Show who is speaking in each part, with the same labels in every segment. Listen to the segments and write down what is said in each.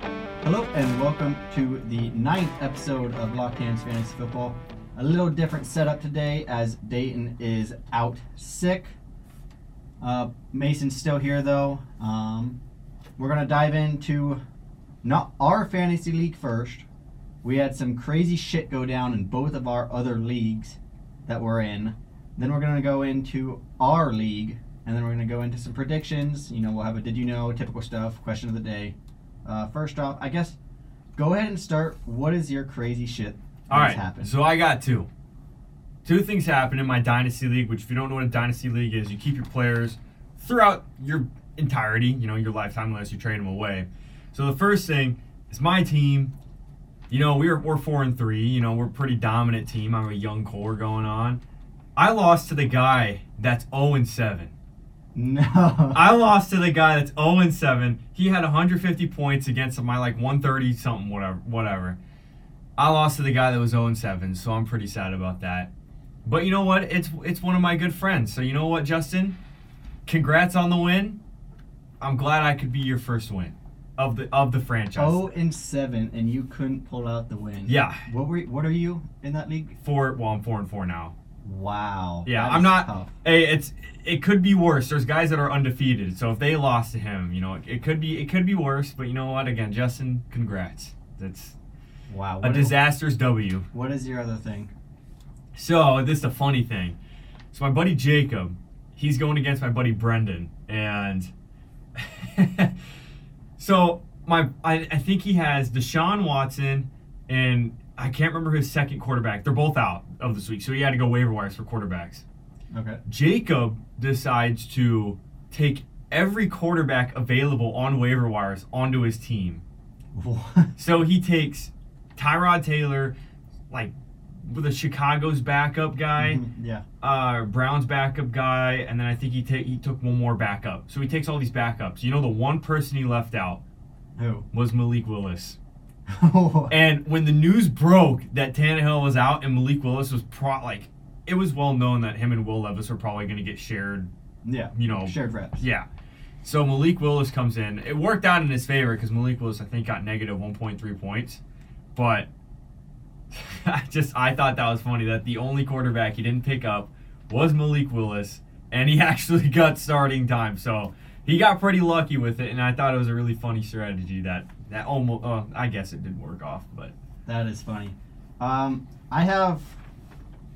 Speaker 1: Hello and welcome to the ninth episode of Locked Hands Fantasy Football. A little different setup today as Dayton is out sick. Uh, Mason's still here though. Um, we're gonna dive into not our fantasy league first. We had some crazy shit go down in both of our other leagues that we're in. Then we're gonna go into our league, and then we're gonna go into some predictions. You know, we'll have a did you know, typical stuff, question of the day. Uh, first off, I guess go ahead and start. What is your crazy shit
Speaker 2: All
Speaker 1: that's
Speaker 2: right.
Speaker 1: happened?
Speaker 2: So I got two. Two things happened in my dynasty league, which if you don't know what a dynasty league is, you keep your players throughout your entirety, you know, your lifetime unless you trade them away. So the first thing is my team. You know, we we're we're four and three. You know, we're a pretty dominant team. I'm a young core going on. I lost to the guy that's 0 and 7.
Speaker 1: no.
Speaker 2: I lost to the guy that's 0 and 7. He had 150 points against my like 130 something whatever whatever. I lost to the guy that was 0 and 7, so I'm pretty sad about that. But you know what? It's it's one of my good friends. So you know what, Justin? Congrats on the win. I'm glad I could be your first win of the of the franchise.
Speaker 1: Oh and seven, and you couldn't pull out the win.
Speaker 2: Yeah.
Speaker 1: What were? What are you in that league?
Speaker 2: Four well, I'm 4 and 4 now.
Speaker 1: Wow.
Speaker 2: Yeah,
Speaker 1: that
Speaker 2: I'm
Speaker 1: is
Speaker 2: not.
Speaker 1: tough.
Speaker 2: Hey, it's it could be worse. There's guys that are undefeated, so if they lost to him, you know, it, it could be it could be worse. But you know what? Again, Justin, congrats. That's
Speaker 1: Wow.
Speaker 2: a
Speaker 1: What is,
Speaker 2: disaster's W.
Speaker 1: what is your other thing?
Speaker 2: So this is the funny thing. So my buddy Jacob, he's going against my buddy Brendan, and so my I, I think he has Deshaun Watson and I can't remember his second quarterback. They're both out of this week, so he had to go waiver wires for quarterbacks.
Speaker 1: Okay.
Speaker 2: Jacob decides to take every quarterback available on waiver wires onto his team.
Speaker 1: What?
Speaker 2: So he takes Tyrod Taylor, like with the Chicago's backup guy,
Speaker 1: Mhm, Yeah.
Speaker 2: uh, Brown's backup guy, and then I think he ta- he took one more backup. So he takes all these backups. You know, the one person he left out
Speaker 1: Who?
Speaker 2: was Malik Willis. And when the news broke that Tannehill was out and Malik Willis was pro like, it was well known that him and Will Levis were probably going to get shared
Speaker 1: yeah.
Speaker 2: you know,
Speaker 1: Shared reps.
Speaker 2: yeah. So Malik Willis comes in. It worked out in his favor because Malik Willis, I think, got negative 1.3 points. But I just I thought that was funny that the only quarterback he didn't pick up was Malik Willis, and he actually got starting time. So he got pretty lucky with it, and I thought it was a really funny strategy that that almost uh, I guess it did work off, but
Speaker 1: That is funny. Um, I have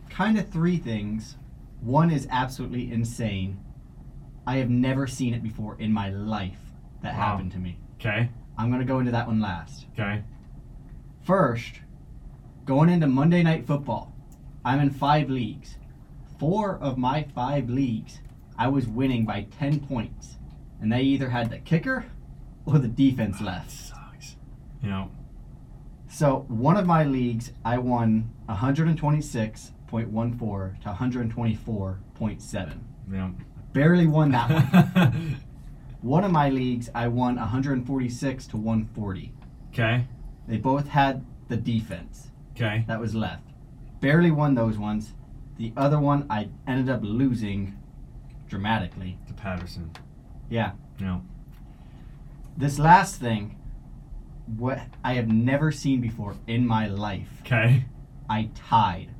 Speaker 1: kind of three things. One is absolutely insane. I have never seen it before in my life that
Speaker 2: Wow.
Speaker 1: happened to me.
Speaker 2: okay,
Speaker 1: I'm gonna go into that one last.
Speaker 2: okay,
Speaker 1: First, going into Monday Night Football, I'm in five leagues. Four of my five leagues, I was winning by 10 points. And they either had the kicker or the defense left.
Speaker 2: sucks. You know,
Speaker 1: So, one of my leagues, I won 126.14 to 124.7.
Speaker 2: you
Speaker 1: Barely won that one.
Speaker 2: know.
Speaker 1: one of my leagues, I won 146 to 140.
Speaker 2: okay,
Speaker 1: They both had the defense.
Speaker 2: okay.
Speaker 1: that was left. Barely won those ones. The other one I ended up losing dramatically.
Speaker 2: To Patterson.
Speaker 1: Yeah.
Speaker 2: You know.
Speaker 1: This last thing, what I have never seen before in my life,
Speaker 2: Okay.
Speaker 1: I tied.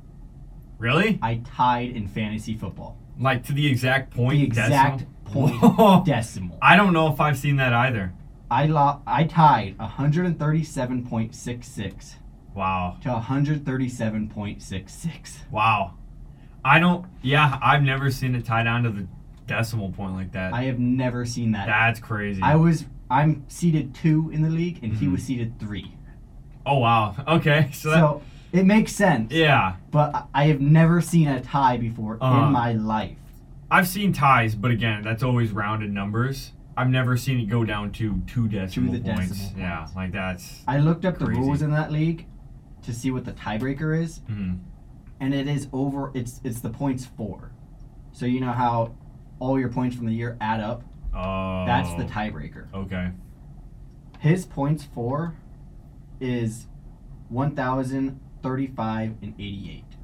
Speaker 2: Really?
Speaker 1: I tied in fantasy football.
Speaker 2: Like to the exact point?
Speaker 1: The exact
Speaker 2: decimal?
Speaker 1: point decimal.
Speaker 2: I don't know if I've seen that either.
Speaker 1: I lo- I tied 137.66
Speaker 2: Wow.
Speaker 1: to 137.66.
Speaker 2: Wow. I don't. Yeah, I've never seen it tie down to the decimal point like that.
Speaker 1: I have never seen that.
Speaker 2: That's crazy.
Speaker 1: I was I'm seated 2 in the league and he
Speaker 2: Mhm.
Speaker 1: was seated 3.
Speaker 2: oh wow. Okay. So, that,
Speaker 1: So it makes sense.
Speaker 2: yeah,
Speaker 1: But I- I have never seen a tie before
Speaker 2: Uh-huh.
Speaker 1: in my life.
Speaker 2: I've seen ties, but again, that's always rounded numbers. I've never seen it go down to two decimal
Speaker 1: the
Speaker 2: points.
Speaker 1: decimal
Speaker 2: Yeah,
Speaker 1: points.
Speaker 2: like that's.
Speaker 1: I looked up the
Speaker 2: Crazy.
Speaker 1: rules in that league to see what the tiebreaker is,
Speaker 2: Mm,
Speaker 1: and it is over. It's it's the points for. So you know how all your points from the year add up.
Speaker 2: oh.
Speaker 1: That's the tiebreaker.
Speaker 2: Okay.
Speaker 1: His points for is one thousand thirty-five and eighty-eight.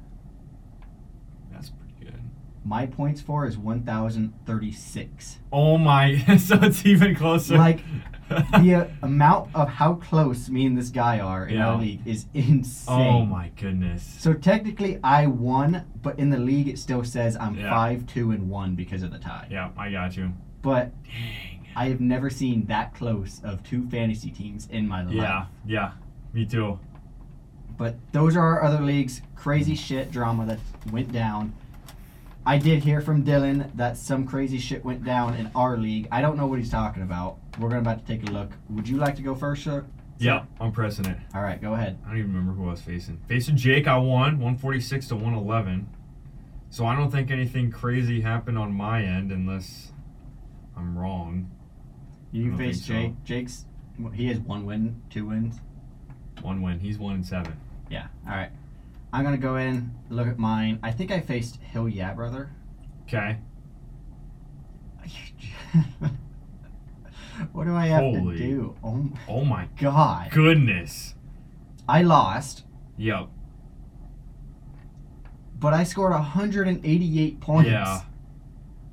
Speaker 2: That's pretty good.
Speaker 1: My points for is one thousand thirty-six.
Speaker 2: Oh my. so it's even closer.
Speaker 1: Like, the uh, amount of how close me and this guy are in our
Speaker 2: Yeah.
Speaker 1: league is insane.
Speaker 2: oh my goodness.
Speaker 1: So technically, I won, but in the league, it still says I'm
Speaker 2: Yeah.
Speaker 1: five, two, and one because of the tie.
Speaker 2: Yeah, I got you.
Speaker 1: But
Speaker 2: Dang.
Speaker 1: I have never seen that close of two fantasy teams in my life.
Speaker 2: Yeah, yeah. Me too.
Speaker 1: But those are our other leagues. Crazy shit drama that went down. I did hear from Dylan that some crazy shit went down in our league. I don't know what he's talking about. We're gonna about to take a look. Would you like to go first, sir?
Speaker 2: Yeah, I'm pressing it.
Speaker 1: All right, go ahead.
Speaker 2: I don't even remember who I was facing. Facing Jake, I won 146 to 111. So I don't think anything crazy happened on my end unless I'm wrong. I
Speaker 1: You
Speaker 2: don't
Speaker 1: face
Speaker 2: think so.
Speaker 1: Jake. Jake's he has one win, two wins.
Speaker 2: One win. He's one and seven.
Speaker 1: Yeah. All right. I'm gonna go in look at mine. I think I faced Hill Yeah Brother.
Speaker 2: Okay.
Speaker 1: what do I have
Speaker 2: Holy.
Speaker 1: to do? Oh my
Speaker 2: Oh my
Speaker 1: god!
Speaker 2: goodness.
Speaker 1: I lost,
Speaker 2: Yep.
Speaker 1: but I scored 188 points.
Speaker 2: Yeah.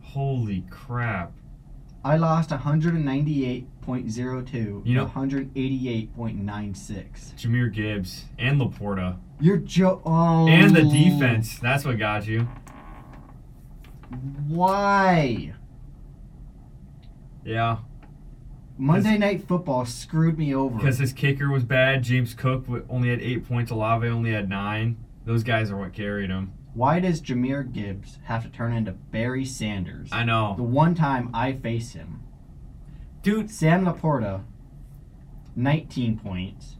Speaker 2: Holy crap.
Speaker 1: I lost 198.02.
Speaker 2: You know-
Speaker 1: 188.96.
Speaker 2: Jameer Gibbs and Laporta
Speaker 1: You're jo- oh.
Speaker 2: and the defense. That's what got you.
Speaker 1: Why?
Speaker 2: Yeah.
Speaker 1: Monday Night Football screwed me over.
Speaker 2: Because his kicker was bad. James Cook w- only had eight points. Olave only had nine. Those guys are what carried him.
Speaker 1: Why does Jameer Gibbs have to turn into Barry Sanders?
Speaker 2: I know.
Speaker 1: The one time I face him,
Speaker 2: Dude,
Speaker 1: Sam Laporta, 19 points,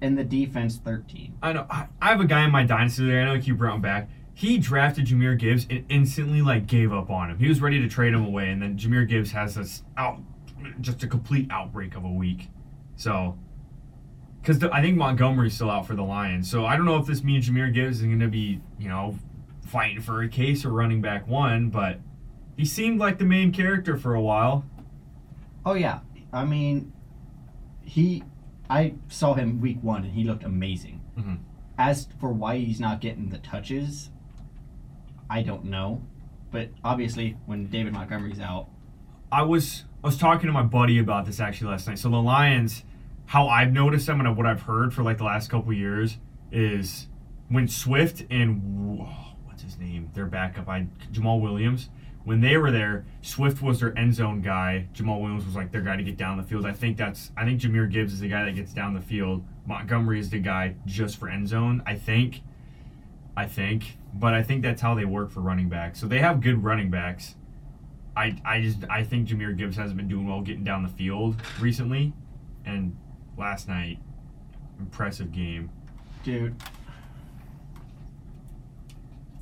Speaker 1: and the defense 13.
Speaker 2: I know. I, I have a guy in my dynasty there. I know I keep Brown back. He drafted Jameer Gibbs and instantly like gave up on him. He was ready to trade him away, and then Jameer Gibbs has this out, just a complete outbreak of a week. So, because I think Montgomery's still out for the Lions. So I don't know if this means Jameer Gibbs is going to be you know fighting for a case or running back one, but he seemed like the main character for a while.
Speaker 1: Oh yeah, I mean, he, I saw him week one and he looked amazing.
Speaker 2: Mhm.
Speaker 1: As for why he's not getting the touches, I don't know, but obviously when David Montgomery's out,
Speaker 2: I was I was talking to my buddy about this actually last night. So the Lions, how I've noticed them and what I've heard for like the last couple years is when Swift and whoa, what's his name, their backup, I Jamal Williams, when they were there, Swift was their end zone guy. Jamal Williams was like their guy to get down the field. I think that's I think Jameer Gibbs is the guy that gets down the field. Montgomery is the guy just for end zone. I think. I think, but I think that's how they work for running backs. So they have good running backs. I, I just I think Jameer Gibbs hasn't been doing well getting down the field recently, and last night, impressive game.
Speaker 1: dude.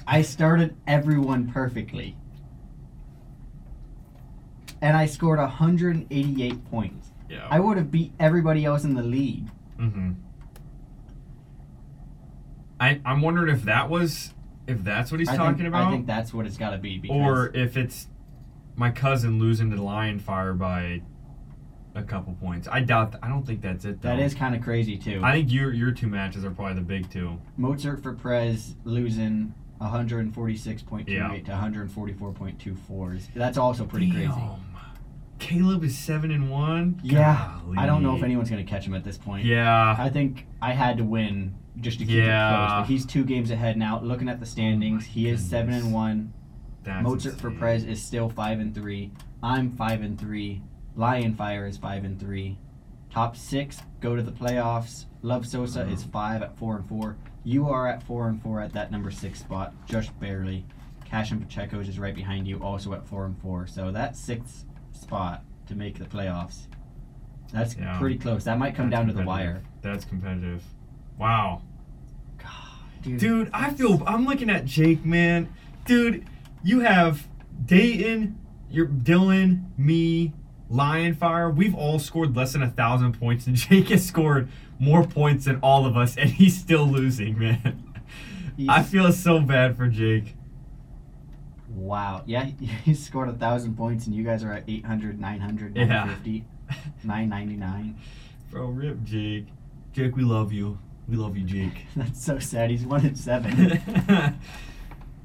Speaker 1: I started everyone perfectly. And I scored 188 points.
Speaker 2: Yeah.
Speaker 1: I would have beat everybody else in the league.
Speaker 2: mm-hmm. I I'm wondering if that was if that's what he's
Speaker 1: I
Speaker 2: talking
Speaker 1: think,
Speaker 2: about,
Speaker 1: I think that's what it's got to be. Because
Speaker 2: or if it's my cousin losing to Lion Fire by a couple points. I doubt. I don't think that's it. Though.
Speaker 1: that is kind of crazy too.
Speaker 2: I think your your two matches are probably the big two.
Speaker 1: Mozart for Prez losing 146.28
Speaker 2: Yeah.
Speaker 1: to 144.24. That's also pretty crazy.
Speaker 2: Damn. Caleb is seven and one.
Speaker 1: Yeah, I don't know if
Speaker 2: Golly.
Speaker 1: anyone's going to catch him at this point.
Speaker 2: Yeah.
Speaker 1: I think I had to win just to keep it close.
Speaker 2: Yeah.
Speaker 1: But he's two games ahead now. Looking at the standings,
Speaker 2: Oh my
Speaker 1: he is seven
Speaker 2: goodness.
Speaker 1: and one.
Speaker 2: That's
Speaker 1: Mozart for
Speaker 2: insane.
Speaker 1: Prez is still five and three. I'm five and three. Lion Fire is five and three. Top six go to the playoffs. Love Sosa is five at four and four. You are at four and four at that number six spot, just barely. Cash and Pacheco's is right behind you, also at four and four. So that sixth spot to make the playoffs. That's
Speaker 2: Yeah.
Speaker 1: pretty close. That might come
Speaker 2: That's
Speaker 1: down to the wire.
Speaker 2: competitive. That's competitive. Wow.
Speaker 1: God,
Speaker 2: Dude, I feel I'm looking at Jake, man. Dude, you have Dayton, your Dylan, me, Lionfire. We've all scored less than a thousand points, and Jake has scored more points than all of us, and he's still losing, man. I
Speaker 1: He's-
Speaker 2: feel so bad for Jake.
Speaker 1: Wow. Yeah, he he scored a thousand points, and you guys are at 800, 900,
Speaker 2: Yeah.
Speaker 1: 950, 999.
Speaker 2: Bro, rip Jake. Jake, we love you. We love you, Jake.
Speaker 1: That's so sad. He's one in seven,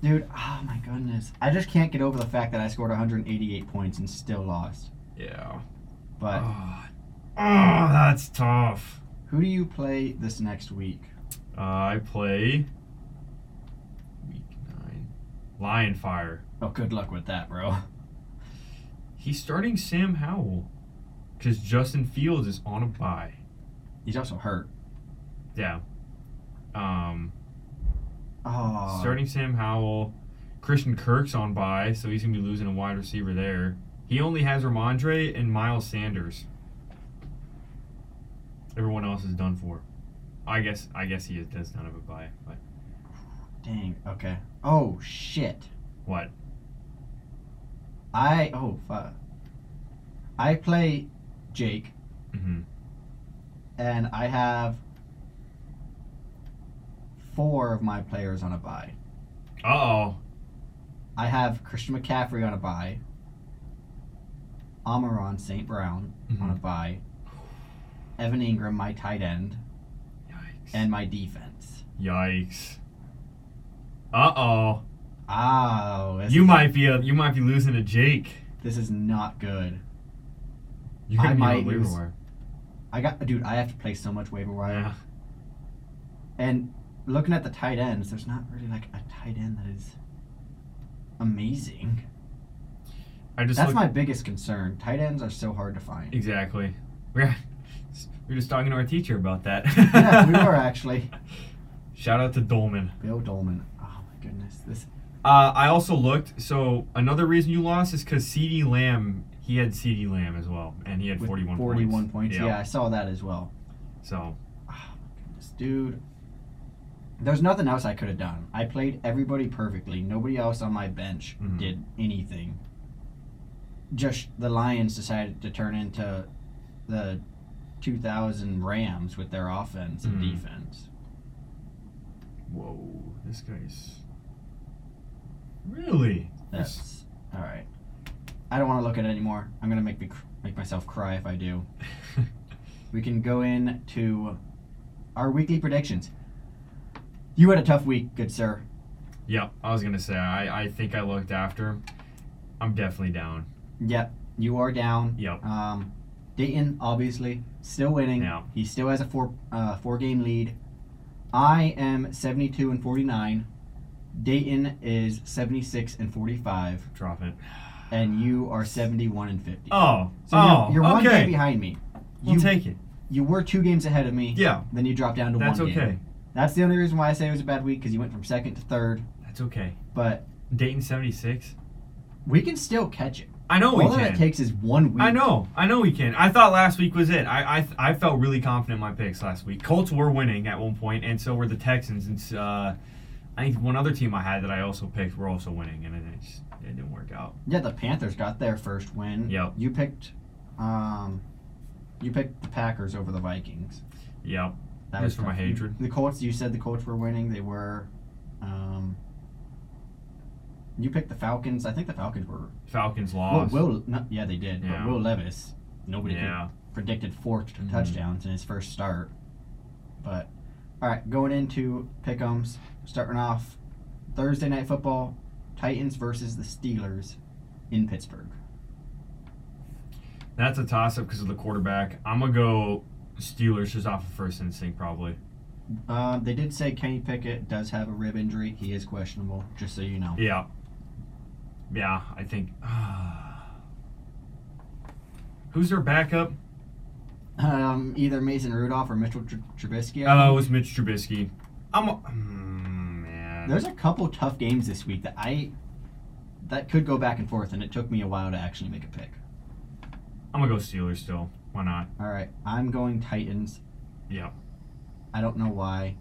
Speaker 1: dude. Oh my goodness. I just can't get over the fact that I scored 188 points and still lost.
Speaker 2: yeah.
Speaker 1: But
Speaker 2: Oh, oh, that's tough.
Speaker 1: who do you play this next week?
Speaker 2: Uh, I play week nine. Lion Fire.
Speaker 1: Oh, good luck with that, bro.
Speaker 2: He's starting Sam Howell because Justin Fields is on a bye.
Speaker 1: He's also hurt.
Speaker 2: Yeah. Um,
Speaker 1: Oh,
Speaker 2: starting Sam Howell. Christian Kirk's on bye, so he's gonna be losing a wide receiver there. He only has Ramondre and Miles Sanders. Everyone else is done for. I guess I guess he is, does not have a bye, but
Speaker 1: dang. Okay. Oh shit.
Speaker 2: what?
Speaker 1: I oh fuck. I play Jake,
Speaker 2: hmm
Speaker 1: and I have four of my players on a bye.
Speaker 2: Uh oh.
Speaker 1: I have Christian McCaffrey on a bye. Amaron St. Brown on a
Speaker 2: Mhm.
Speaker 1: bye. Evan Ingram, my tight end,
Speaker 2: Yikes.
Speaker 1: and my defense.
Speaker 2: Yikes. Uh oh.
Speaker 1: Oh, this
Speaker 2: You
Speaker 1: is-
Speaker 2: might be a, you might be losing to Jake.
Speaker 1: This is not good.
Speaker 2: You
Speaker 1: I
Speaker 2: could be
Speaker 1: might
Speaker 2: on waiver
Speaker 1: lose.
Speaker 2: wire.
Speaker 1: I got, dude. I have to play so much waiver wire.
Speaker 2: Yeah.
Speaker 1: And looking at the tight ends, there's not really like a tight end that is amazing.
Speaker 2: I just
Speaker 1: That's
Speaker 2: looked-
Speaker 1: my biggest concern. Tight ends are so hard to find.
Speaker 2: exactly. We're we were just talking to our teacher about that.
Speaker 1: yeah, we were actually.
Speaker 2: Shout out to Dolman.
Speaker 1: Bill Dolman. Oh my goodness. This
Speaker 2: Uh, I also looked. So another reason you lost is because C.D. Lamb. He had C.D. Lamb as well, and he had
Speaker 1: with
Speaker 2: 41
Speaker 1: 41
Speaker 2: points.
Speaker 1: points. Yeah, I saw that as well.
Speaker 2: So
Speaker 1: Oh my goodness, dude. There's nothing else I could have done. I played everybody perfectly. Nobody else on my bench
Speaker 2: Mhm.
Speaker 1: did anything. Just the Lions decided to turn into the 2000 Rams with their offense and
Speaker 2: Mhm.
Speaker 1: defense.
Speaker 2: whoa, this guy's really. This-
Speaker 1: That's all right. I don't want to look at it anymore. I'm gonna make me cr- make myself cry if I do. We can go in to our weekly predictions. You had a tough week, good sir.
Speaker 2: yeah, I was gonna say. I I think I looked after. him. I'm definitely down.
Speaker 1: Yep, you are down.
Speaker 2: Yep.
Speaker 1: Um, Dayton obviously still winning.
Speaker 2: Yeah.
Speaker 1: He still has a four uh, four game lead. I am 72 and 49. Dayton is 76 and 45,
Speaker 2: Drop it.
Speaker 1: and you are 71 and 50.
Speaker 2: Oh.
Speaker 1: so
Speaker 2: oh.
Speaker 1: you're, you're one
Speaker 2: okay.
Speaker 1: game behind me.
Speaker 2: We'll
Speaker 1: you
Speaker 2: take it.
Speaker 1: you were two games ahead of me.
Speaker 2: Yeah.
Speaker 1: Then you dropped down to
Speaker 2: That's
Speaker 1: one game.
Speaker 2: okay.
Speaker 1: That's the only reason why I say it was a bad week because you went from second to third.
Speaker 2: That's okay.
Speaker 1: But
Speaker 2: Dayton 76.
Speaker 1: we can still catch it.
Speaker 2: I know
Speaker 1: All
Speaker 2: we
Speaker 1: that it
Speaker 2: can.
Speaker 1: takes is one week.
Speaker 2: I know, I know we can. I thought last week was it. I, I I felt really confident in my picks last week. Colts were winning at one point, and so were the Texans. And s- uh, I think one other team I had that I also picked were also winning, and it, just, it didn't work out.
Speaker 1: Yeah, the Panthers got their first win.
Speaker 2: Yep.
Speaker 1: You picked, um, you picked the Packers over the Vikings.
Speaker 2: Yep. Just for my
Speaker 1: tough.
Speaker 2: hatred.
Speaker 1: The Colts. You said the Colts were winning. They were. Um, you picked the Falcons. I think the Falcons were.
Speaker 2: Falcons
Speaker 1: Well,
Speaker 2: lost.
Speaker 1: Will. No, yeah, they did.
Speaker 2: Yeah.
Speaker 1: But Will Levis. Nobody could
Speaker 2: yeah.
Speaker 1: predicted 4 t-
Speaker 2: Mhm.
Speaker 1: touchdowns in his first start. But all right, going into pick'ems, starting off Thursday night football, Titans versus the Steelers in Pittsburgh.
Speaker 2: That's a toss up because of the quarterback. I'm going to go Steelers just off of first instinct, probably.
Speaker 1: Uh, they did say Kenny Pickett does have a rib injury. He is questionable, just so you know.
Speaker 2: Yeah. Yeah, I think. Who's their backup?
Speaker 1: Um, either Mason Rudolph or Mitchell Tr- Trubisky. I
Speaker 2: Oh, it
Speaker 1: think.
Speaker 2: was Mitch Trubisky. I'm a, Mm, man.
Speaker 1: There's a couple tough games this week that I that could go back and forth, and it took me a while to actually make a pick.
Speaker 2: I'm gonna go Steelers still. Why not?
Speaker 1: All right, I'm going Titans.
Speaker 2: Yeah.
Speaker 1: I don't know why.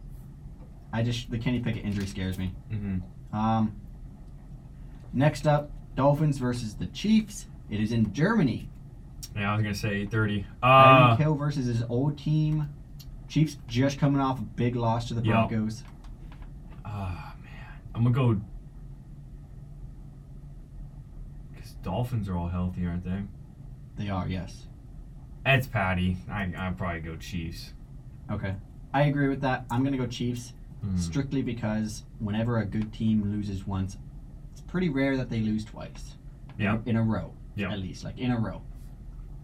Speaker 1: I just the Kenny Pickett injury scares me.
Speaker 2: Mm-hmm.
Speaker 1: Um, next up, Dolphins versus the Chiefs. It is in Germany.
Speaker 2: Yeah, I was gonna say 8:30.
Speaker 1: Tyreek
Speaker 2: Uh,
Speaker 1: Hill versus his old team. Chiefs just coming off a big loss to the
Speaker 2: Yeah.
Speaker 1: Broncos.
Speaker 2: ah, man, I'm gonna go. Cause Dolphins are all healthy, aren't they?
Speaker 1: They are, yes.
Speaker 2: It's Patty. I I probably go Chiefs.
Speaker 1: Okay. I agree with that. I'm going to go Chiefs
Speaker 2: Mm.
Speaker 1: strictly because whenever a good team loses once, it's pretty rare that they lose twice.
Speaker 2: Yeah.
Speaker 1: In a row.
Speaker 2: Yeah.
Speaker 1: At least, like in a row.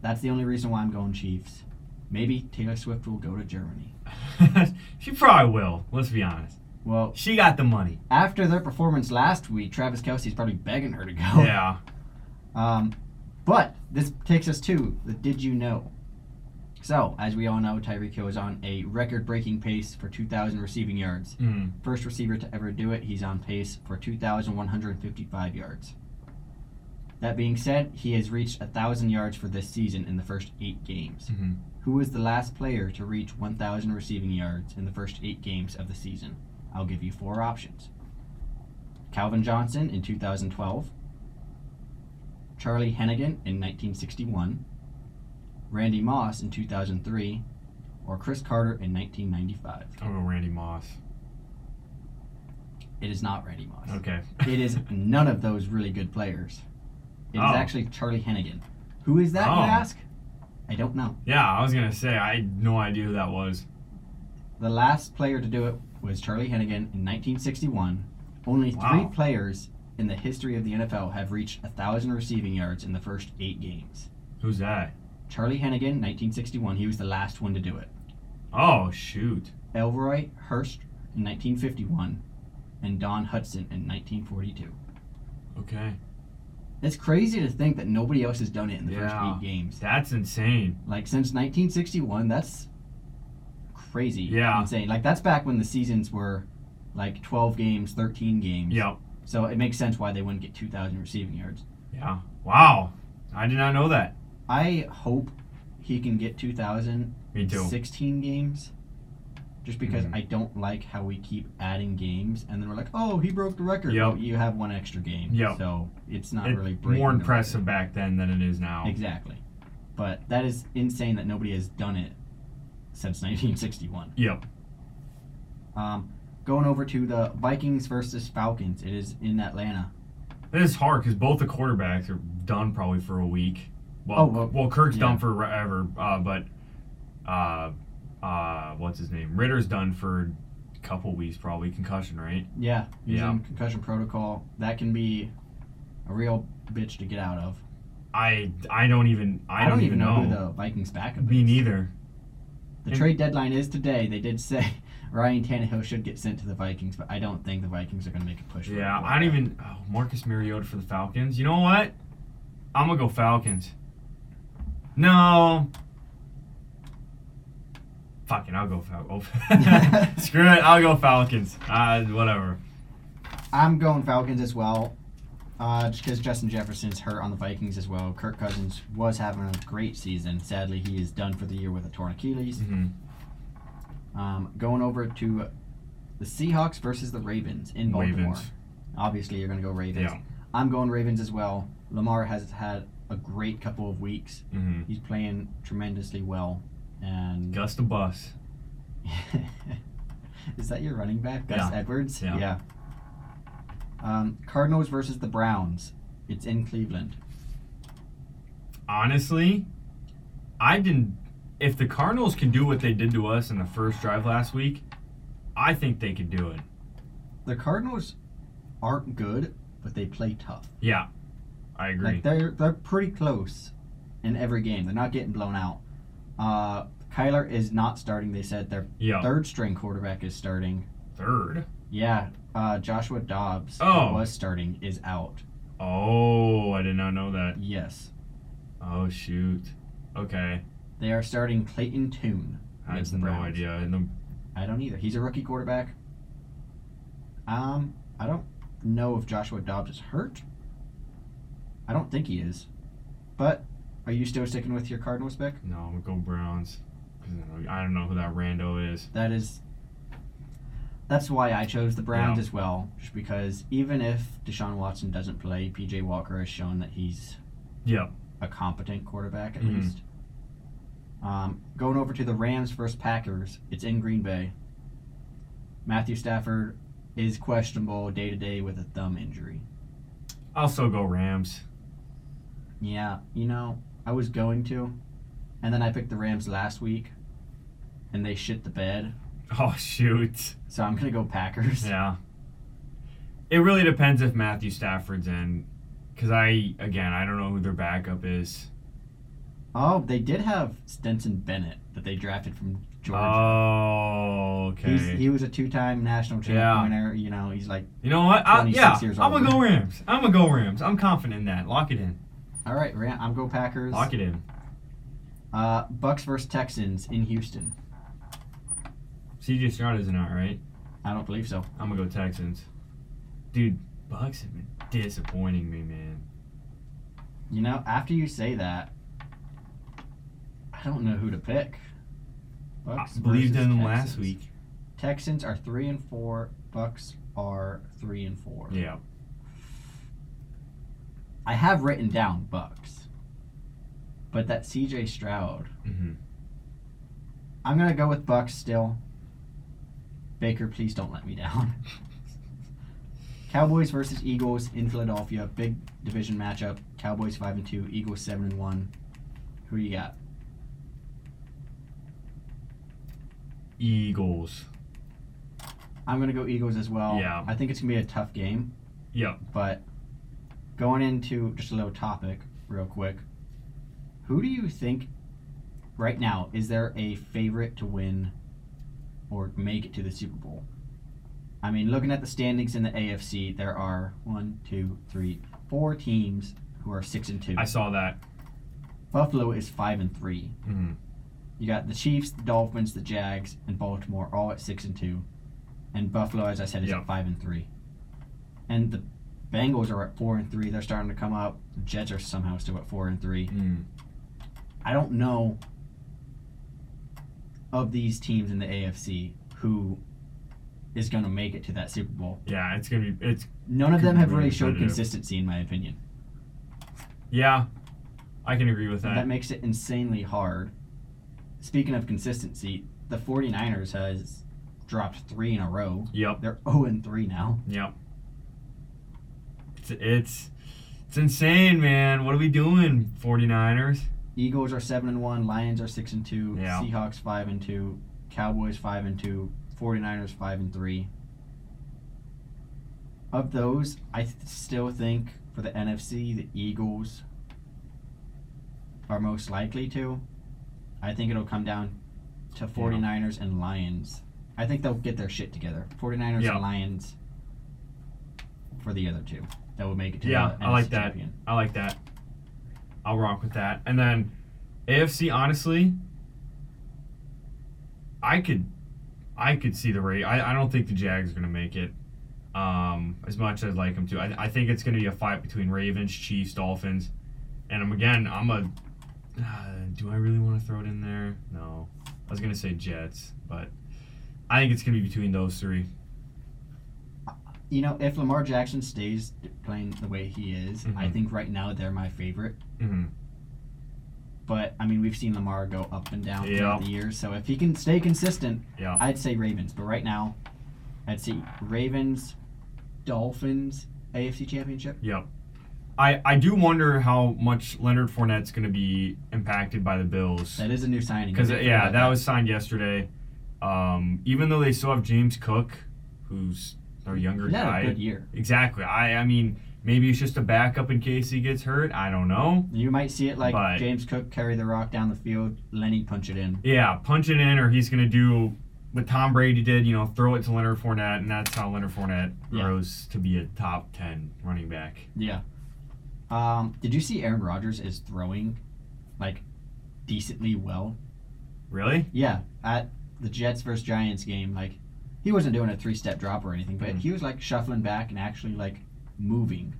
Speaker 1: That's the only reason why I'm going Chiefs. Maybe Taylor Swift will go to Germany.
Speaker 2: she probably will. Let's be honest.
Speaker 1: Well,
Speaker 2: She got the money.
Speaker 1: after their performance last week, Travis Kelsey's probably begging her to go.
Speaker 2: Yeah.
Speaker 1: Um, but this takes us to the did you know? So, as we all know, Tyreek Hill is on a record breaking pace for 2,000 receiving yards.
Speaker 2: Mm.
Speaker 1: First receiver to ever do it, he's on pace for 2,155 yards. That being said, he has reached 1,000 yards for this season in the first eight games.
Speaker 2: hmm
Speaker 1: Who was the last player to reach 1,000 receiving yards in the first eight games of the season? I'll give you four options Calvin Johnson in 2012, Charlie Hennigan in 1961, Randy Moss in 2003, or Chris Carter in 1995.
Speaker 2: I'll go Oh, Randy Moss.
Speaker 1: It is not Randy Moss.
Speaker 2: Okay.
Speaker 1: It is none of those really good players. It is
Speaker 2: Oh.
Speaker 1: actually Charlie Hennigan. Who is that, you
Speaker 2: Oh.
Speaker 1: ask? I don't know.
Speaker 2: yeah, I was gonna say I had no idea who that was.
Speaker 1: The last player to do it was Charlie Hennigan in 1961. Only
Speaker 2: Wow.
Speaker 1: three players in the history of the NFL have reached 1,000 receiving yards in the first eight games.
Speaker 2: Who's that?
Speaker 1: Charlie Hennigan, 1961, he was the last one to do it.
Speaker 2: Oh shoot.
Speaker 1: Elroy Hurst in 1951, and Don Hudson in 1942.
Speaker 2: Okay.
Speaker 1: It's crazy to think that nobody else has done it in the
Speaker 2: Yeah.
Speaker 1: first eight games.
Speaker 2: That's insane.
Speaker 1: Like since 1961, that's crazy.
Speaker 2: Yeah.
Speaker 1: Insane. Like that's back when the seasons were like 12 games, 13 games.
Speaker 2: Yep.
Speaker 1: So it makes sense why they wouldn't get 2,000 receiving yards.
Speaker 2: Yeah. Wow. I did not know that.
Speaker 1: I hope he can get 2,000
Speaker 2: Me
Speaker 1: in
Speaker 2: too.
Speaker 1: 16 games. Just because
Speaker 2: Mhm.
Speaker 1: I don't like how we keep adding games and then we're like, oh, he broke the record.
Speaker 2: Yep.
Speaker 1: Well, you have one extra game.
Speaker 2: Yep.
Speaker 1: So it's not
Speaker 2: It-
Speaker 1: really breaking
Speaker 2: more
Speaker 1: the
Speaker 2: impressive back then than it is now.
Speaker 1: record. Exactly. But that is insane that nobody has done it since 1961.
Speaker 2: Yep.
Speaker 1: Um, going over to the Vikings versus Falcons. It is in Atlanta.
Speaker 2: This is hard because both the quarterbacks are done probably for a week. Well,
Speaker 1: Oh, well,
Speaker 2: well Kirk's
Speaker 1: yeah.
Speaker 2: done forever, uh, but uh, uh, what's his name? Ritter's done for a couple weeks, probably concussion, right?
Speaker 1: Yeah, he's
Speaker 2: Yeah.
Speaker 1: in concussion protocol. That can be a real bitch to get out of.
Speaker 2: I I don't even I,
Speaker 1: don't, even know, who the Vikings backup
Speaker 2: me
Speaker 1: is.
Speaker 2: neither.
Speaker 1: The trade deadline is today. They did say Ryan Tannehill should get sent to the Vikings, but I don't think the Vikings are going to make a push. for
Speaker 2: Yeah,
Speaker 1: him.
Speaker 2: I don't even oh, Marcus Mariota for the Falcons. You know what? I'm gonna go Falcons. No. Fucking, I'll go Falcons. Screw it, I'll go Falcons. Uh, whatever.
Speaker 1: I'm going Falcons as well, uh, just because Justin Jefferson's hurt on the Vikings as well. Kirk Cousins was having a great season. Sadly, he is done for the year with a torn Achilles.
Speaker 2: hmm Mm-hmm.
Speaker 1: Um, going over to the Seahawks versus the Ravens in Baltimore.
Speaker 2: Ravens.
Speaker 1: Obviously, you're going to go Ravens.
Speaker 2: Yeah.
Speaker 1: I'm going Ravens as well. Lamar has had a great couple of weeks.
Speaker 2: Mm-hmm.
Speaker 1: He's playing tremendously well. And
Speaker 2: Gus the bus.
Speaker 1: is that your running back, Gus
Speaker 2: Yeah.
Speaker 1: Edwards?
Speaker 2: Yeah.
Speaker 1: Um, Cardinals versus the Browns. It's in Cleveland.
Speaker 2: Honestly, I didn't. If the Cardinals can do what they did to us in the first drive last week, I think they could do it.
Speaker 1: The Cardinals aren't good, but they play tough.
Speaker 2: Yeah, I agree.
Speaker 1: Like they're they're pretty close in every game. They're not getting blown out. Uh, Kyler is not starting. They said their
Speaker 2: yeah,
Speaker 1: third string quarterback is starting.
Speaker 2: third.
Speaker 1: Yeah, uh, Joshua Dobbs, who
Speaker 2: Oh.
Speaker 1: was starting, is out.
Speaker 2: Oh, I did not know that.
Speaker 1: Yes,
Speaker 2: Oh shoot. Okay,
Speaker 1: they are starting Clayton Toon.
Speaker 2: I
Speaker 1: against
Speaker 2: have
Speaker 1: the
Speaker 2: no
Speaker 1: Browns.
Speaker 2: idea. And the,
Speaker 1: I don't either. He's a rookie quarterback. Um, I don't know if Joshua Dobbs is hurt. I don't think he is. But are you still sticking with your Cardinals pick?
Speaker 2: no, I'm gonna go Browns. 'Cause I don't know- I don't know who that rando is.
Speaker 1: That is. That's why I chose the Browns
Speaker 2: Yeah.
Speaker 1: as well, just because even if Deshaun Watson doesn't play, PJ Walker has shown that he's
Speaker 2: Yep.
Speaker 1: a competent quarterback at
Speaker 2: Mhm.
Speaker 1: least. Um, going over to the Rams versus Packers, it's in Green Bay. Matthew Stafford is questionable day to day with a thumb injury.
Speaker 2: I'll still go Rams.
Speaker 1: Yeah, you know, I was going to, and then I picked the Rams last week, and they shit the bed.
Speaker 2: Oh shoot.
Speaker 1: So I'm gonna go Packers.
Speaker 2: Yeah. It really depends if Matthew Stafford's in, because I again I don't know who their backup is.
Speaker 1: Oh, they did have Stenson Bennett that they drafted from Georgia.
Speaker 2: Oh, okay.
Speaker 1: He's, he was a two-time national champion
Speaker 2: Yeah.
Speaker 1: winner. You know, he's like,
Speaker 2: you know what? I,
Speaker 1: 26
Speaker 2: yeah,
Speaker 1: years
Speaker 2: I'm gonna
Speaker 1: old.
Speaker 2: go Rams. I'm gonna go Rams. I'm confident in that. Lock it in.
Speaker 1: all right, Ram- I'm go Packers.
Speaker 2: Lock it in.
Speaker 1: Uh, Bucks versus Texans in Houston.
Speaker 2: CJ Stroud isn't out, right?
Speaker 1: I don't believe so.
Speaker 2: I'm gonna go Texans. Dude, Bucks have been disappointing me, man.
Speaker 1: You know, after you say that, I don't know who to pick.
Speaker 2: I
Speaker 1: Bucks
Speaker 2: believed
Speaker 1: versus
Speaker 2: in them last
Speaker 1: Texans.
Speaker 2: week.
Speaker 1: Texans are three and four. Bucks are three and four.
Speaker 2: Yeah.
Speaker 1: I have written down Bucks, but that C.J. Stroud.
Speaker 2: hmm
Speaker 1: I'm gonna go with Bucks still. Baker, please don't let me down. Cowboys versus Eagles in Philadelphia, big division matchup. Cowboys five and two, Eagles seven and one. Who do you got?
Speaker 2: Eagles.
Speaker 1: I'm gonna go Eagles as well.
Speaker 2: Yeah.
Speaker 1: I think it's gonna be a tough game,
Speaker 2: Yep.
Speaker 1: but going into just a little topic real quick. Who do you think right now is there a favorite to win or make it to the Super Bowl? I mean, looking at the standings in the AFC, there are one, two, three, four teams who are six and two.
Speaker 2: I saw that.
Speaker 1: Buffalo is five and three.
Speaker 2: hmm
Speaker 1: You got the Chiefs, the Dolphins, the Jags, and Baltimore all at six and two, and Buffalo, as I said, is
Speaker 2: Yeah.
Speaker 1: at five and three, and the Bengals are at four and three. They're starting to come up. The Jets are somehow still at four and three.
Speaker 2: Mm.
Speaker 1: I don't know of these teams in the AFC who is going to make it to that Super Bowl.
Speaker 2: Yeah, it's gonna be. It's
Speaker 1: None of
Speaker 2: Could
Speaker 1: them
Speaker 2: be
Speaker 1: have
Speaker 2: really
Speaker 1: really showed
Speaker 2: competitive.
Speaker 1: consistency, in my opinion.
Speaker 2: yeah. I can agree with that.
Speaker 1: That makes it insanely hard. Speaking of consistency, the 49ers has dropped three in a row.
Speaker 2: yep.
Speaker 1: They're 0 and 3 now.
Speaker 2: Yep. It's, it's it's insane, man. What are we doing, 49ers?
Speaker 1: Eagles are 7 and 1, Lions are 6 and 2,
Speaker 2: Yeah.
Speaker 1: Seahawks 5 and 2, Cowboys 5 and 2, 49ers 5 and 3. Of those, I th- still think for the NFC, the Eagles are most likely to. I think it'll come down to 49ers and Lions. I think they'll get their shit together. 49ers
Speaker 2: Yeah.
Speaker 1: and Lions for the other two. That will make it to
Speaker 2: Yeah,
Speaker 1: the
Speaker 2: I like
Speaker 1: NFC
Speaker 2: that.
Speaker 1: champion.
Speaker 2: I like that. I'll rock with that. And then AFC, honestly, I could I could see the rate. I, I don't think the Jags are gonna make it. Um, as much as I'd like them to, I, I think it's gonna be a fight between Ravens, Chiefs, Dolphins, and I'm again. I'm a. Uh, do I really want to throw it in there? No, I was gonna say Jets, but I think it's gonna be between those three.
Speaker 1: You know, if Lamar Jackson stays d- playing the way he is, I
Speaker 2: Mhm.
Speaker 1: think right now they're my favorite.
Speaker 2: hmm
Speaker 1: But I mean, we've seen Lamar go up and down throughout
Speaker 2: Yeah.
Speaker 1: the years. So if he can stay consistent,
Speaker 2: Yeah.
Speaker 1: I'd say Ravens. But right now, I'd say Ravens, Dolphins, AFC Championship.
Speaker 2: Yep. I, I do wonder how much Leonard Fournette's going to be impacted by the Bills.
Speaker 1: That is a new signing.
Speaker 2: Because, uh,
Speaker 1: I didn't
Speaker 2: yeah,
Speaker 1: forget
Speaker 2: that was signed yesterday. Um, even though they still have James Cook, who's their younger
Speaker 1: He's had
Speaker 2: guy.
Speaker 1: a good year.
Speaker 2: Exactly. I, I mean, maybe it's just a backup in case he gets hurt. I don't know.
Speaker 1: You might see it like
Speaker 2: But-
Speaker 1: James Cook carry the rock down the field, Lenny punch it in.
Speaker 2: Yeah, punch it in, or he's going to do what Tom Brady did, you know, throw it to Leonard Fournette, and that's how Leonard Fournette
Speaker 1: Yeah.
Speaker 2: rose to be a top 10 running back.
Speaker 1: Yeah. Um, did you see Aaron Rodgers is throwing, like, decently well
Speaker 2: Really?
Speaker 1: Yeah, at the Jets versus Giants game, like he wasn't doing a three-step drop or anything, but
Speaker 2: Mhm.
Speaker 1: he was like shuffling back and actually like moving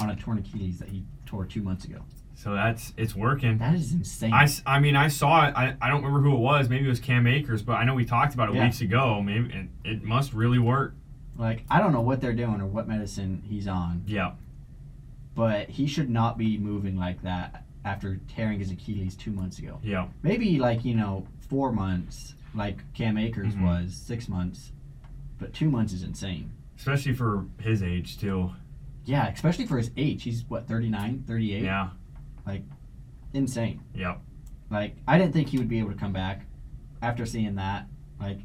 Speaker 1: on a torn Achilles that he tore two months ago.
Speaker 2: So that's, it's working.
Speaker 1: That is insane.
Speaker 2: I, s- I mean, I saw it. I, I don't remember who it was. Maybe it was Cam Akers, but I know we talked about it
Speaker 1: Yeah.
Speaker 2: weeks ago. Maybe it, it must really work.
Speaker 1: like I don't know what they're doing or what medicine he's on,
Speaker 2: Yeah.
Speaker 1: but he should not be moving like that after tearing his Achilles two months ago.
Speaker 2: Yeah.
Speaker 1: Maybe like you know four months, like Cam Akers
Speaker 2: Mhm.
Speaker 1: was six months, but two months is insane.
Speaker 2: Especially for his age, too.
Speaker 1: Yeah, especially for his age. He's what 39, 38?
Speaker 2: Yeah.
Speaker 1: Insane.
Speaker 2: Yeah.
Speaker 1: Like I didn't think he would be able to come back after seeing that. Like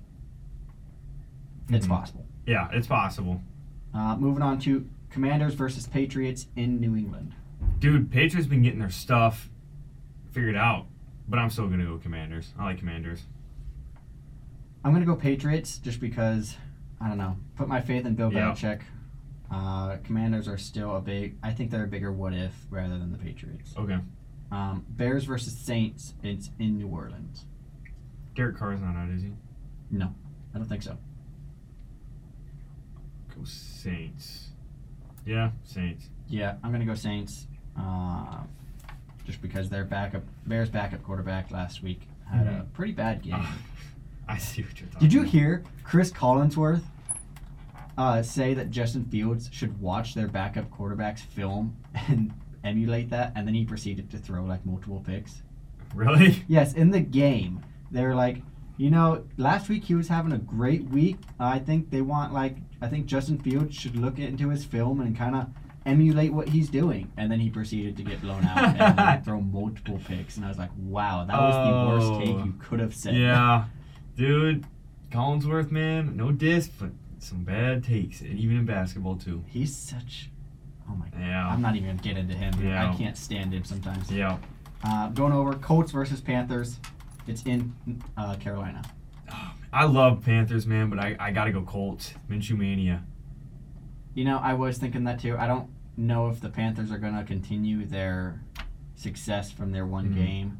Speaker 1: it's
Speaker 2: Mhm.
Speaker 1: possible.
Speaker 2: Yeah. It's possible.
Speaker 1: Uh, moving on to Commanders versus Patriots in New England.
Speaker 2: Dude, Patriots been getting their stuff figured out. But I'm still gonna go Commanders. I like Commanders.
Speaker 1: I'm gonna go Patriots just because I don't know. Put my faith in Bill
Speaker 2: Yeah.
Speaker 1: Belichick. Uh, commanders are still a big. I think they're a bigger what if rather than the Patriots.
Speaker 2: Okay.
Speaker 1: Um, Bears versus Saints. It's in New Orleans.
Speaker 2: Derek Carr's not out, is he?
Speaker 1: No, I don't think so.
Speaker 2: Go Saints. Yeah, Saints.
Speaker 1: Yeah, I'm gonna go Saints. Uh, just because their backup Bears backup quarterback last week had a pretty bad game.
Speaker 2: Ah, I see what you're talking.
Speaker 1: Did you
Speaker 2: about.
Speaker 1: hear Chris Collinsworth uh, say that Justin Fields should watch their backup quarterback's film and emulate that? And then he proceeded to throw like multiple picks.
Speaker 2: Really?
Speaker 1: Yes, in the game, they were like, you know, last week he was having a great week. I think they want like, I think Justin Fields should look into his film and kind of emulate what he's doing. And then he proceeded to get blown out and like, throw multiple picks. And I was like, wow, that was
Speaker 2: Oh.
Speaker 1: the worst take you could have said.
Speaker 2: Yeah, dude. Collinsworth, man. No diss, but some bad takes, and even in basketball too.
Speaker 1: He's such. Oh my god.
Speaker 2: Yeah.
Speaker 1: I'm not even gonna get into him.
Speaker 2: Yeah.
Speaker 1: I can't stand him sometimes.
Speaker 2: Yeah.
Speaker 1: Uh, going over Colts versus Panthers. It's in uh, Carolina.
Speaker 2: I love Panthers, man, but I, I gotta go Colts. Minshew mania.
Speaker 1: You know, I was thinking that too. I don't know if the Panthers are gonna continue their success from their one
Speaker 2: Mhm.
Speaker 1: game.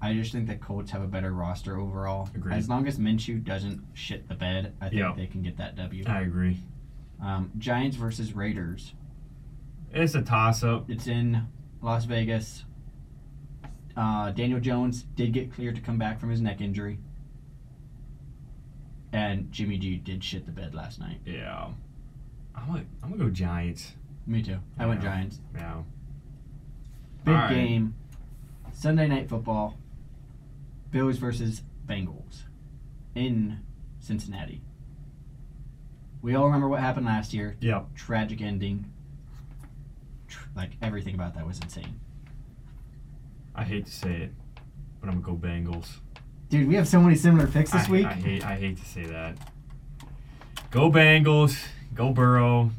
Speaker 1: I just think the Colts have a better roster overall.
Speaker 2: Agreed.
Speaker 1: As long as Minshew doesn't shit the bed, I think
Speaker 2: Yeah.
Speaker 1: they can get that W.
Speaker 2: I agree.
Speaker 1: Um, Giants versus Raiders.
Speaker 2: It's a toss up.
Speaker 1: It's in Las Vegas. Uh, Daniel Jones did get cleared to come back from his neck injury. And Jimmy G did shit the bed last night.
Speaker 2: Yeah. I'm gonna, I'm gonna go Giants.
Speaker 1: Me too. I went
Speaker 2: Yeah.
Speaker 1: Giants.
Speaker 2: Yeah.
Speaker 1: Big
Speaker 2: All right.
Speaker 1: game. Sunday night football. Bills versus Bengals in Cincinnati. We all remember what happened last year.
Speaker 2: Yeah.
Speaker 1: Tragic ending. Tr- like everything about that was insane.
Speaker 2: I hate to say it, but I'm gonna go Bengals.
Speaker 1: Dude, we have so many similar picks this
Speaker 2: I,
Speaker 1: week.
Speaker 2: I hate I hate to say that. Go Bengals. Go Burrow.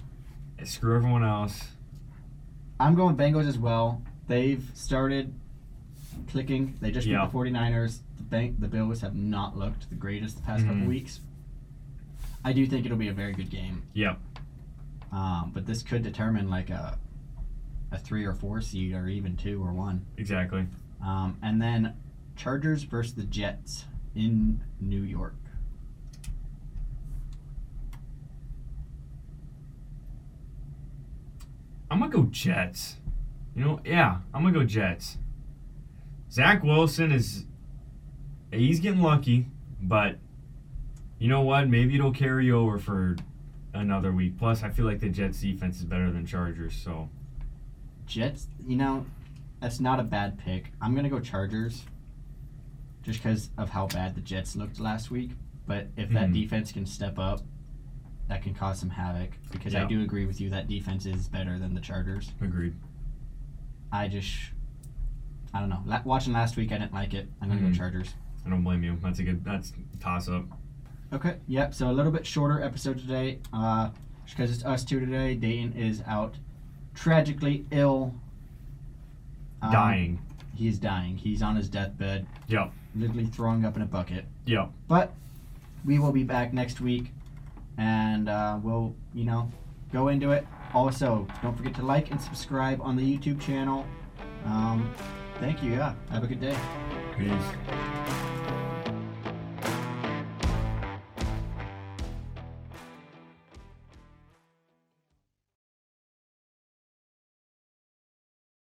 Speaker 2: and Screw everyone else.
Speaker 1: I'm going Bengals as well. They've started clicking. They just beat
Speaker 2: Yeah.
Speaker 1: the 49ers. The bank, the Bills have not looked the greatest the past
Speaker 2: Mhm.
Speaker 1: couple weeks. I do think it'll be a very good game.
Speaker 2: Yep.
Speaker 1: Um, but this could determine like a a three or four seed, or even two or one.
Speaker 2: Exactly.
Speaker 1: Um, and then Chargers versus the Jets in New York.
Speaker 2: I'm gonna go Jets. You know, yeah, I'm gonna go Jets. Zach Wilson is he's getting lucky, but you know what? Maybe it'll carry over for another week. Plus, I feel like the Jets defense is better than Chargers, so
Speaker 1: Jets, you know, that's not a bad pick. I'm gonna go Chargers, just because of how bad the Jets looked last week. But if that
Speaker 2: Mhm.
Speaker 1: defense can step up, that can cause some havoc. Because I
Speaker 2: Yeah.
Speaker 1: do agree with you that defense is better than the Chargers.
Speaker 2: agreed.
Speaker 1: I just, I don't know. La- watching last week, I didn't like it. I'm gonna
Speaker 2: Mhm.
Speaker 1: go Chargers.
Speaker 2: I don't blame you. That's a good that's a toss up.
Speaker 1: Okay. Yep. So a little bit shorter episode today, uh, because it's us two today. Dayton is out, tragically ill. Um,
Speaker 2: Dying.
Speaker 1: He's dying. He's on his deathbed.
Speaker 2: Yep.
Speaker 1: Literally throwing up in a bucket.
Speaker 2: Yep.
Speaker 1: But we will be back next week and uh, we'll, you know, go into it. Also, don't forget to like and subscribe on the YouTube channel. Um, thank you. Yeah. Have a good day.
Speaker 2: Peace.